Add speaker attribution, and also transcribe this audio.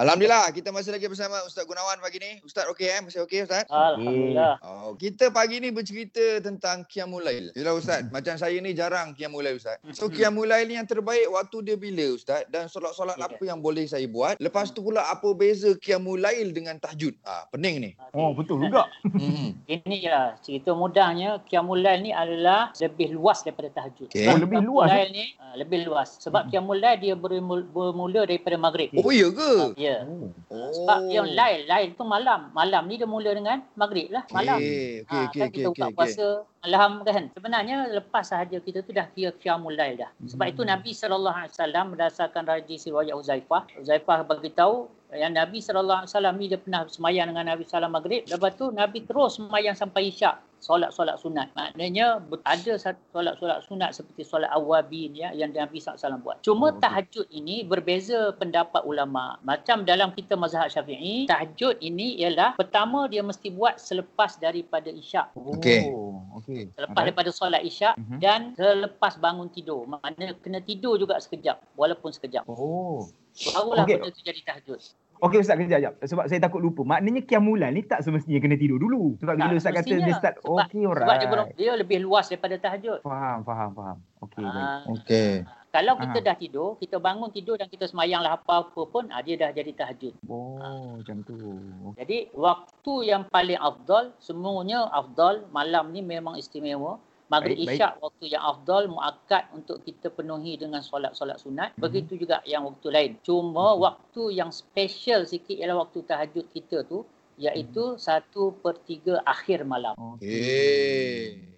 Speaker 1: Alhamdulillah kita masih lagi bersama Ustaz Gunawan pagi ni. Ustaz okey eh? Masih okey Ustaz?
Speaker 2: Alhamdulillah.
Speaker 1: Oh, kita pagi ni bercerita tentang Qiyamul Lail. Yalah Ustaz, macam saya ni jarang Qiyamul Lail Ustaz. So Qiyamul Lail ni yang terbaik waktu dia bila Ustaz dan solat-solat
Speaker 2: Ya.
Speaker 1: apa yang boleh saya buat. Lepas tu pula apa beza Qiyamul Lail dengan tahajud? Ah, pening ni.
Speaker 3: Oh betul juga.
Speaker 1: Hmm.
Speaker 2: Inilah cerita mudahnya Qiyamul Lail ni adalah lebih luas daripada tahajud.
Speaker 1: Okey.
Speaker 3: Oh lebih
Speaker 2: Qiyamul
Speaker 3: luas. eh? Hmm.
Speaker 2: Lail ni ah, lebih luas sebab Qiyamul Lail dia bermula, bermula daripada maghrib.
Speaker 1: Oh iya ke?
Speaker 2: Ah, Ya.
Speaker 3: Oh.
Speaker 1: Oh.
Speaker 2: Sebab yang lain, lain tu malam. Malam ni dia mula dengan maghrib lah. Malam.
Speaker 1: Okey, okey,
Speaker 2: Ah,
Speaker 1: okey,
Speaker 2: kan
Speaker 1: okey,
Speaker 2: kita buka
Speaker 1: okey.
Speaker 2: puasa malam kan. Sebenarnya lepas sahaja kita tu dah kira qiyamul lail dah. Sebab itu
Speaker 1: Hmm.
Speaker 2: Nabi sallallahu alaihi wasallam berdasarkan hadis riwayat Uzaifah, Uzaifah bagi tahu yang Nabi sallallahu alaihi wasallam ni dia pernah semayang dengan Nabi sallallahu maghrib, lepas tu Nabi terus semayang sampai isyak solat-solat sunat. Maknanya ber- ada sat- solat-solat sunat seperti solat awabin ya yang Nabi SAW buat.
Speaker 1: Oh,
Speaker 2: Cuma
Speaker 1: okey.
Speaker 2: tahajud ini berbeza pendapat ulama. Macam dalam kita mazhab Syafi'i, tahajud ini ialah pertama dia mesti buat selepas daripada isyak.
Speaker 1: Okey.
Speaker 3: Okey.
Speaker 2: Selepas daripada solat isyak
Speaker 3: Mhm.
Speaker 2: dan selepas bangun tidur. Maknanya kena tidur juga sekejap. Walaupun sekejap.
Speaker 3: Oh.
Speaker 2: Barulah
Speaker 3: Okey.
Speaker 2: benda tu jadi tahajud.
Speaker 3: Okey Ustaz kejap kejap. Sebab saya takut lupa. Maknanya kiamulan ni tak semestinya kena tidur dulu.
Speaker 2: Tak,
Speaker 3: Sebab bila Ustaz kata
Speaker 2: semestinya. lah.
Speaker 3: dia start
Speaker 2: Sebab-
Speaker 3: okey
Speaker 2: Sebab dia, belum,
Speaker 3: alright.
Speaker 2: dia lebih luas daripada tahajud.
Speaker 3: Faham faham faham. Okey baik.
Speaker 2: Ah,
Speaker 1: Okey.
Speaker 2: kalau kita
Speaker 3: Ah.
Speaker 2: dah tidur, kita bangun tidur dan kita semayanglah apa-apa pun, ah, dia dah jadi tahajud.
Speaker 3: Oh macam tu.
Speaker 2: Jadi waktu yang paling afdal, semuanya afdal, malam ni memang istimewa. Maghrib
Speaker 3: Baik, baik.
Speaker 2: isyak waktu yang afdal muakkad untuk kita penuhi dengan solat-solat sunat.
Speaker 3: Mhm.
Speaker 2: Begitu juga yang waktu lain. Cuma
Speaker 3: Mhm.
Speaker 2: waktu yang special sikit ialah waktu tahajud
Speaker 3: Mhm.
Speaker 2: kita tu iaitu satu per tiga akhir malam.
Speaker 3: Okey.
Speaker 1: Okey.